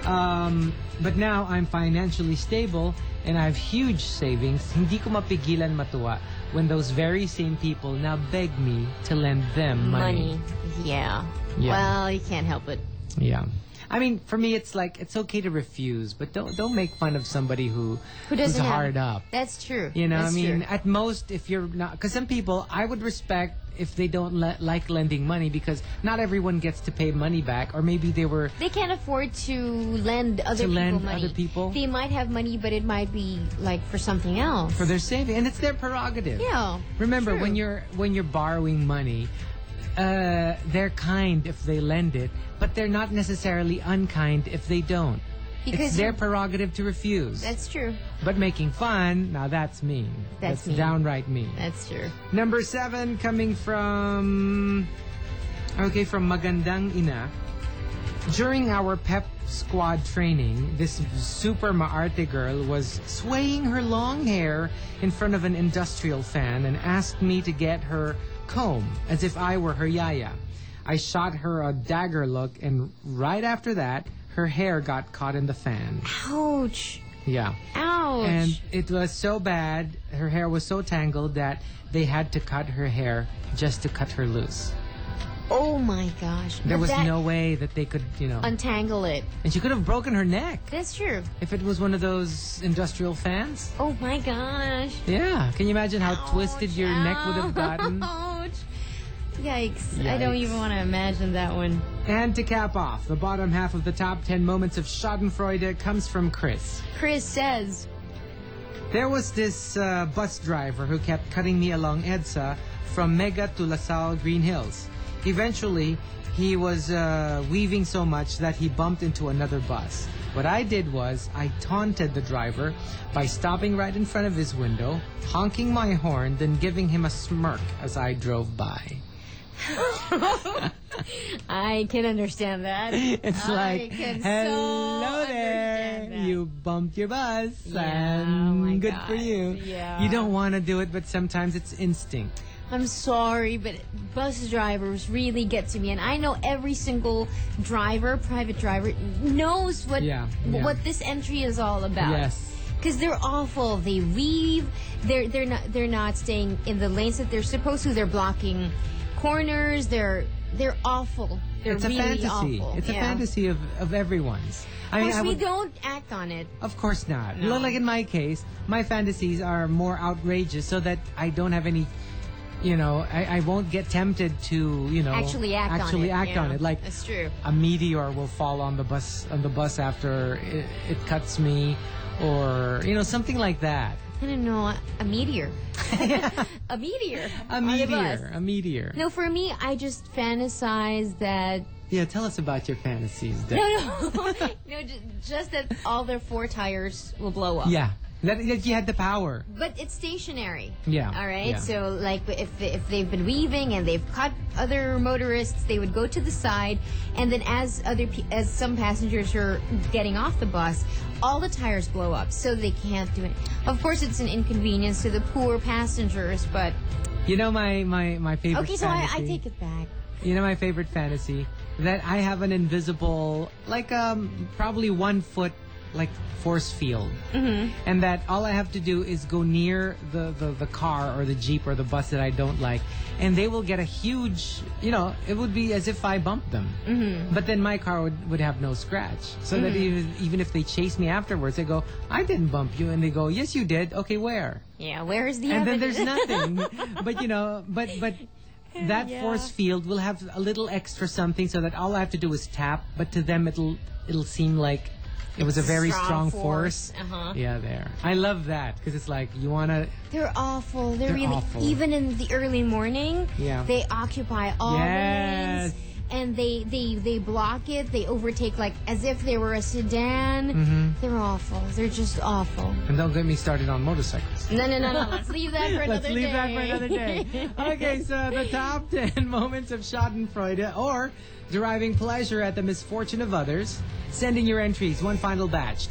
Um, but now I'm financially stable and I have huge savings. Hindi ko mapigilan matuwa when those very same people now beg me to lend them money.
Yeah.
Yeah.
Well, you can't help it.
Yeah. I mean, for me, it's like it's okay to refuse, but don't don't make fun of somebody who
Who doesn't
who's
have-
hard up.
That's true.
You know,
That's
I
true.
mean, at most, if you're not, because some people, I would respect if they don't le- like lending money because not everyone gets to pay money back, or maybe they were
They can't afford to lend other
To
people
lend
money.
other people?
They might have money, but it might be like for something else.
for their saving, and it's their prerogative.
yeah.
Remember,
true.
when you're when you're borrowing money, uh, they're kind if they lend it, but they're not necessarily unkind if they don't.
Because
it's their
you-
prerogative to refuse.
That's true.
But making fun, now that's mean.
That's
That's,
mean.
downright mean.
That's true.
Number seven coming from okay from Magandang Ina. During our pep squad training, this super maarte girl was swaying her long hair in front of an industrial fan and asked me to get her comb as if I were her yaya. I shot her a dagger look, and right after that, her hair got caught in the fan.
Ouch.
Yeah.
Ouch.
And it was so bad, her hair was so tangled that they had to cut her hair just to cut her loose.
oh my gosh.
There
But
was
that-
no way that they could, you know.
untangle it.
and she could have broken her neck
That's true.
if it was one of those industrial fans.
Oh my gosh.
Yeah. Can you imagine how
Oh,
twisted your
Ouch,
neck would have gotten?
Ouch. Yikes. I don't
Yikes.
even want to imagine that one.
And to cap off, the bottom half of the top 10 moments of Schadenfreude comes from Chris.
Chris says,
There was this uh, bus driver who kept cutting me along EDSA from Mega to LaSalle Green Hills. Eventually, he was uh, weaving so much that he bumped into another bus. What I did was, I taunted the driver by stopping right in front of his window, honking my horn, then giving him a smirk as I drove by.
I can understand that.
It's
I
like,
can so
hello there,
understand that."
you bumped your bus,
Yeah, oh my
and good for
God,
you.
yeah.
You don't want to do it, but sometimes it's instinct.
I'm sorry, but bus drivers really get to me, and I know every single driver, private driver, knows what
Yeah, yeah.
what this entry is all about.
Yes.
Because they're awful. They weave. They're they're not they're not staying in the lanes that they're supposed to. They're blocking corners. They're they're awful. They're
it's
really
a fantasy.
awful.
It's a
Yeah.
fantasy of, of everyone's. I
Of
mean,
course,
I
we
would-
don't act on it.
Of course not.
No.
Well, Like in my case, my fantasies are more outrageous, so that I don't have any. You know, I, I won't get tempted to you know
Actually act
Oh, actually
on it.
act
yeah.
on it. Like
that's true.
a meteor will fall on the bus on the bus after it, it cuts me, or you know something like that.
I don't know. A meteor. a meteor.
A
on the bus.
meteor. A meteor.
No, for me, I just fantasize that.
Yeah, tell us about your fantasies. Deb.
No, no, no. ju- Just that all their four tires will blow up.
Yeah, that, that you had the power.
But it's stationary.
Yeah,
All right.
yeah.
So, like, if if they've been weaving and they've caught other motorists, they would go to the side, and then as other pe- as some passengers are getting off the bus, all the tires blow up, so they can't do it. Of course, it's an inconvenience to the poor passengers, but
You know my my my favorite.
okay. So I,
fantasy?
I take it back.
You know my favorite fantasy that I have an invisible, like um, probably one foot, like force field, mm-hmm. and that all I have to do is go near the, the the car or the jeep or the bus that I don't like, and they will get a huge, you know, it would be as if I bumped them, mm-hmm. but then my car would, would have no scratch, so that
Mm-hmm.
even even if they chase me afterwards, they go, I didn't bump you, and they go, Yes, you did. Okay, where?
Yeah. Where is the
and then
evidence?
there's nothing. but you know, but but that
Yeah.
force field will have a little extra something so that all I have to do is tap, but to them it'll it'll seem like it was a very
Strong
strong,
force.
force.
Uh-huh.
Yeah, there. I love that because it's like you wanna.
They're awful. They're,
They're
really
awful.
even in the early morning.
Yeah.
They occupy all
Yes.
lanes, and they they they block it. They overtake like as if they were a sedan.
Mm-hmm.
They're awful. They're just awful.
And don't get me started on motorcycles.
No, no, no, no. Let's leave that for
Let's
another
leave
day.
that for another day. Okay, so the top 10 moments of Schadenfreude or deriving pleasure at the misfortune of others. Sending your entries, one final batch,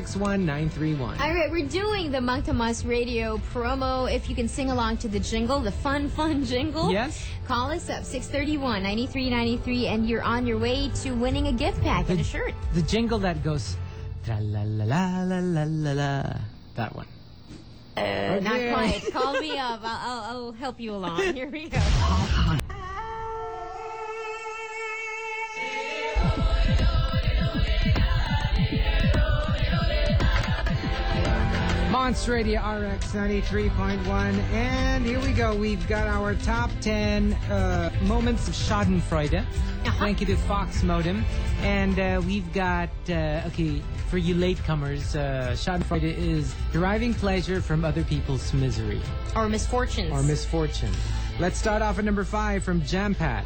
29761
All right, we're doing the Mang Tomas Radio promo. If you can sing along to the jingle, the fun, fun jingle.
Yes.
Call us up, 631-9393, and you're on your way to winning a gift pack and a shirt.
The jingle that goes, tra la la la la la la la. That one.
Uh, Not
Okay.
quite. Call me up. I'll, I'll, I'll help you along. Here we go.
Monster Radio RX 93.1. And here we go. We've got our top 10 uh, moments of Schadenfreude.
Uh-huh.
Thank you to Fox Modem. And uh, we've got, uh, okay, for you latecomers, uh, Schadenfreude is deriving pleasure from other people's misery
Or misfortunes.
or misfortune. Let's start off at number five from Jampat.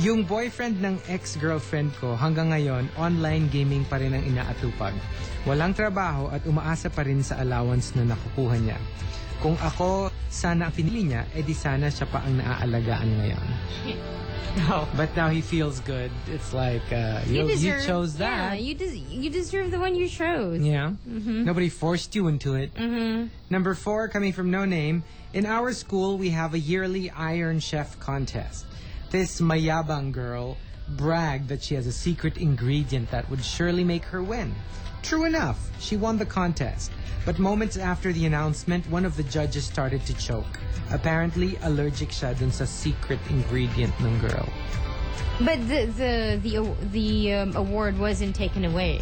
Yung boyfriend ng ex-girlfriend ko hanggang ngayon, online gaming pa rin ang inaatupag. Walang trabaho at umaasa pa rin sa allowance na nakukuha niya. Kung ako sana ang pinili niya, edi sana siya pa ang naaalagaan ngayon.
No.
But now he feels good. It's like, uh,
You,
you, you
deserve,
chose
Yeah,
that.
you, des- you deserve the one you chose.
Yeah. Nobody forced you into it. Number four, coming from No Name. In our school, we have a yearly Iron Chef contest. This Mayabang girl bragged that she has a secret ingredient that would surely make her win. True enough, she won the contest. But moments after the announcement, one of the judges started to choke. Apparently, allergic siya dun sa secret ingredient ng girl.
But the the the, aw- the um, award wasn't taken away.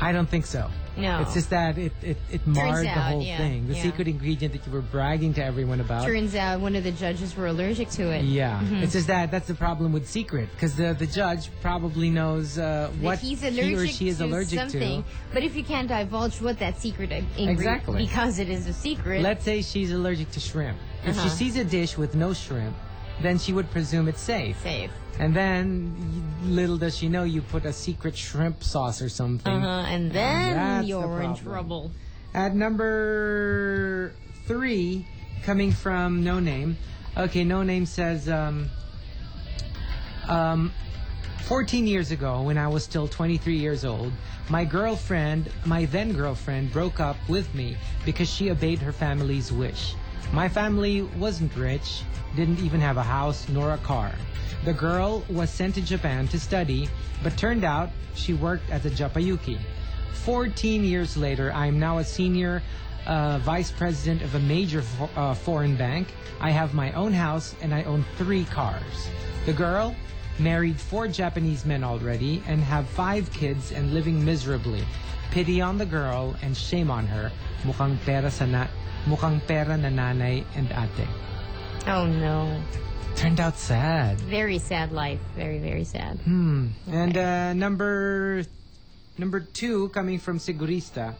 I don't think so.
No.
It's just that it, it, it marred the
out,
whole
yeah,
thing. The
yeah.
secret ingredient that you were bragging to everyone about.
Turns Mm-hmm. out one of the judges were allergic to it.
Yeah. It's just that that's the problem with secret because the, the judge probably knows uh,
That
what
he's allergic
he or she is
to
allergic
something,
to.
but if you can't divulge what that secret ingredient,
Exactly.
because it is a secret,
Let's say she's allergic to shrimp. If
Uh-huh.
she sees a dish with no shrimp, then she would presume it's safe.
safe.
And then, y- little does she know, you put a secret shrimp sauce or something.
Uh-huh, and then
That's the
you're in
problem.
trouble.
At number three, coming from No Name. Okay, No Name says, um, um, 14 years ago, when I was still 23 years old, my girlfriend, my then girlfriend, broke up with me because she obeyed her family's wish. My family wasn't rich, didn't even have a house nor a car. The girl was sent to Japan to study, but turned out she worked as a japayuki. 14 years later, I am now a senior uh, vice president of a major fo- uh, foreign bank. I have my own house and I own three cars. The girl married four Japanese men already and have five kids and living miserably. Pity on the girl and shame on her. Mukhang pera sa na- mukhang pera na nanay and ate.
Oh no.
Turned out sad.
Very sad life. Very, very sad.
Hmm. And uh, number number two, coming from Sigurista.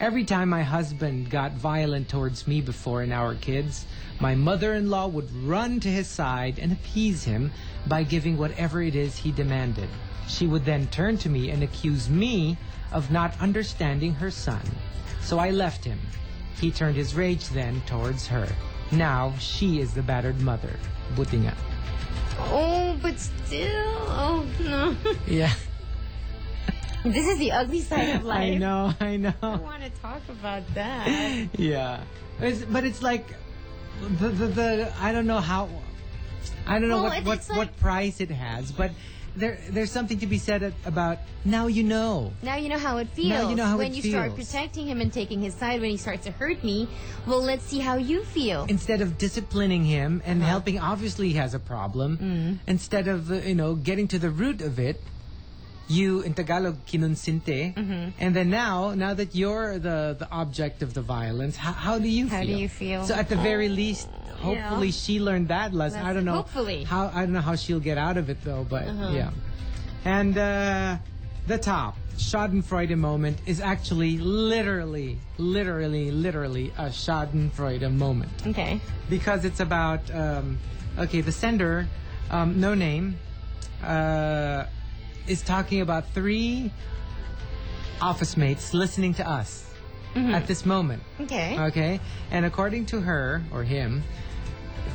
Every time my husband got violent towards me before and our kids, my mother-in-law would run to his side and appease him by giving whatever it is he demanded. She would then turn to me and accuse me of not understanding her son. So I left him. He turned his rage then towards her. Now she is the battered mother. Buti nga.
Oh, but still. Oh no.
Yeah.
this is the ugly side of life.
I know, I know.
I want to talk about that.
Yeah, it's, but it's like the, the the I don't know how I don't know
Well,
what
it's-
what,
it's like-
what price it has, but there there's something to be said a- about now you know.
Now you know how it feels.
Now you know how
when
it
you start
feels.
protecting him and taking his side when he starts to hurt me, well, let's see how you feel.
Instead of disciplining him and
Uh-huh.
helping, obviously he has a problem.
Mm.
Instead of uh, you know getting to the root of it, you in Tagalog kinunsinte,
Mm-hmm.
and then now now that you're the the object of the violence, how, how do you
How
feel?
do you feel?
So at the very least, hopefully she learned that lesson. I
Lesson.
don't know
Hopefully. Uh-huh.
how I don't know how she'll get out of it though, but yeah. And uh, the top Schadenfreude moment is actually literally, literally, literally a Schadenfreude moment
Okay.
because it's about um, okay the sender um, no name uh, is talking about three office mates listening to us at this moment
Okay.
okay and according to her or him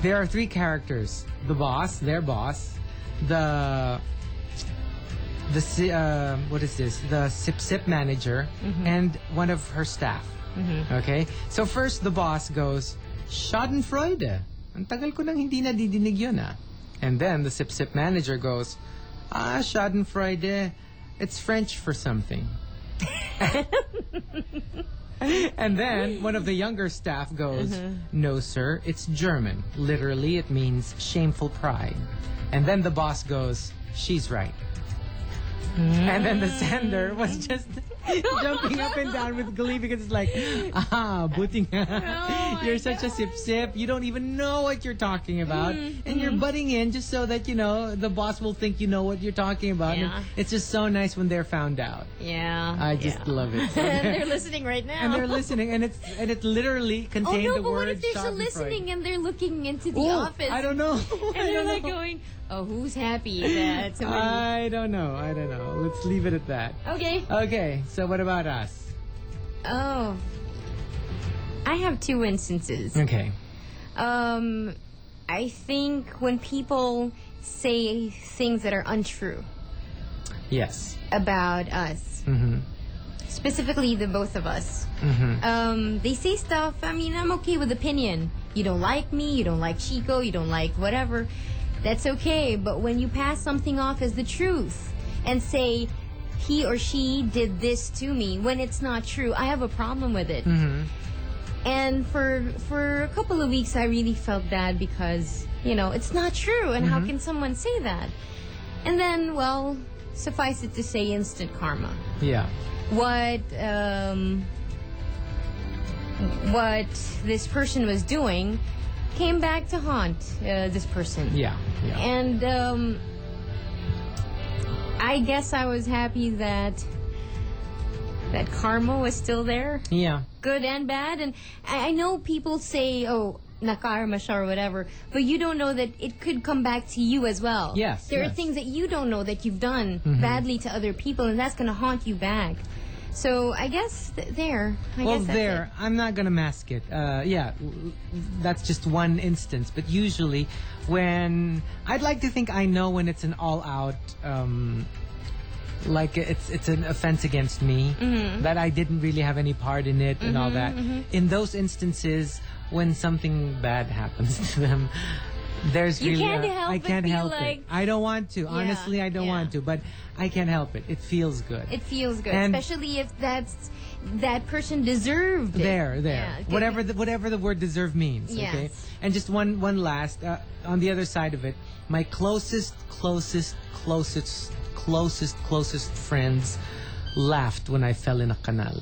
there are three characters the boss their boss the the si- uh, what is this the sip sip manager and one of her staff okay so first the boss goes schadenfreude ang tagal ko nang hindi nadidinig yun ah and then the sip sip manager goes ah schadenfreude it's french for something and then one of the younger staff goes, No, sir, it's German. Literally, it means shameful pride. And then the boss goes, She's right. And then the sender was just jumping up and down with glee because it's like, ah, buting. you're such a sip sip. You don't even know what you're talking about. And you're butting in just so that, you know, the boss will think you know what you're talking about. And
Yeah.
it's just so nice when they're found out.
Yeah.
I just
yeah.
love it.
and they're listening right now.
and they're listening, and it's and it literally
Oh
contained
no!
the
but
word
what if they're still
Schadenfreude.
listening and they're looking into the
Ooh,
office?
Oh, I don't know. I
And they're
don't
like
know.
going, "Oh, who's happy that somebody?"
I don't know. I don't know. Let's leave it at that.
okay.
Okay, so what about us?
Oh. I have two instances.
Okay.
Um, I think when people say things that are untrue
Yes.
about us,
Mm-hmm.
specifically the both of us,
Mm-hmm.
um, they say stuff. I mean, I'm okay with opinion. You don't like me, you don't like Chico, you don't like whatever. That's okay. But when you pass something off as the truth and say, he or she did this to me when it's not true, I have a problem with it.
Mm-hmm.
And for for a couple of weeks, I really felt bad because you know it's not true, and how can someone say that? And then, well, suffice it to say, instant karma.
Yeah.
What um, what this person was doing came back to haunt uh, this person.
Yeah. Yeah.
And um, I guess I was happy that that karma was still there
yeah.
good and bad. And I, I know people say, oh, nakarma siya or whatever, but you don't know that it could come back to you as well.
Yes,
There are
yes. Mm-hmm.
things that you don't know that you've done badly to other people, and that's going to haunt you back. So I guess th- there. I
well,
guess that's
there. I'm not gonna mask it. Uh, yeah, w- that's just one instance. But usually, when I'd like to think I know when it's an all-out, um, like it's it's an offense
Mm-hmm.
against me that I didn't really have any part in it and all that. In those instances, when something bad happens to them, there's
You
really
can't
a-
help
I
but
can't
be
help
like-
it. I don't want to. Honestly, I don't
yeah.
want to, but I can't help it. It feels good.
It feels good,
And-
especially if that's that person deserved it.
There, there.
Yeah, okay.
Whatever the whatever the word deserve means. Okay.
Yes.
And just one one last uh, on the other side of it, my closest, closest, closest, closest, closest friends laughed when I fell in a canal.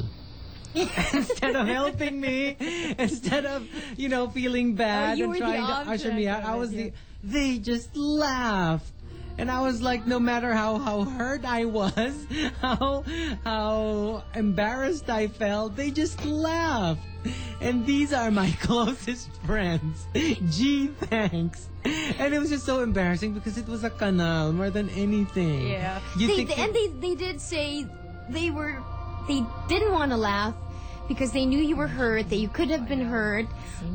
instead of helping me, instead of you know feeling bad
Oh, you
and
were the
trying to usher me out,
object of
I
it,
was
yeah.
the. They just laughed. And I was like, no matter how, how hurt I was, how how embarrassed I felt, they just laughed. And these are my closest friends. Gee, thanks. And it was just so embarrassing because it was a canal more than anything.
Yeah.
You
they,
think
and they they did say they were they didn't want to laugh because they knew you were hurt, that you could have been hurt,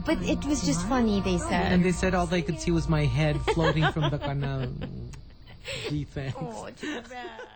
but it was just funny. They
and
said.
they said all they could see was my head floating from the canal. Gee, thanks.
Oh, too bad.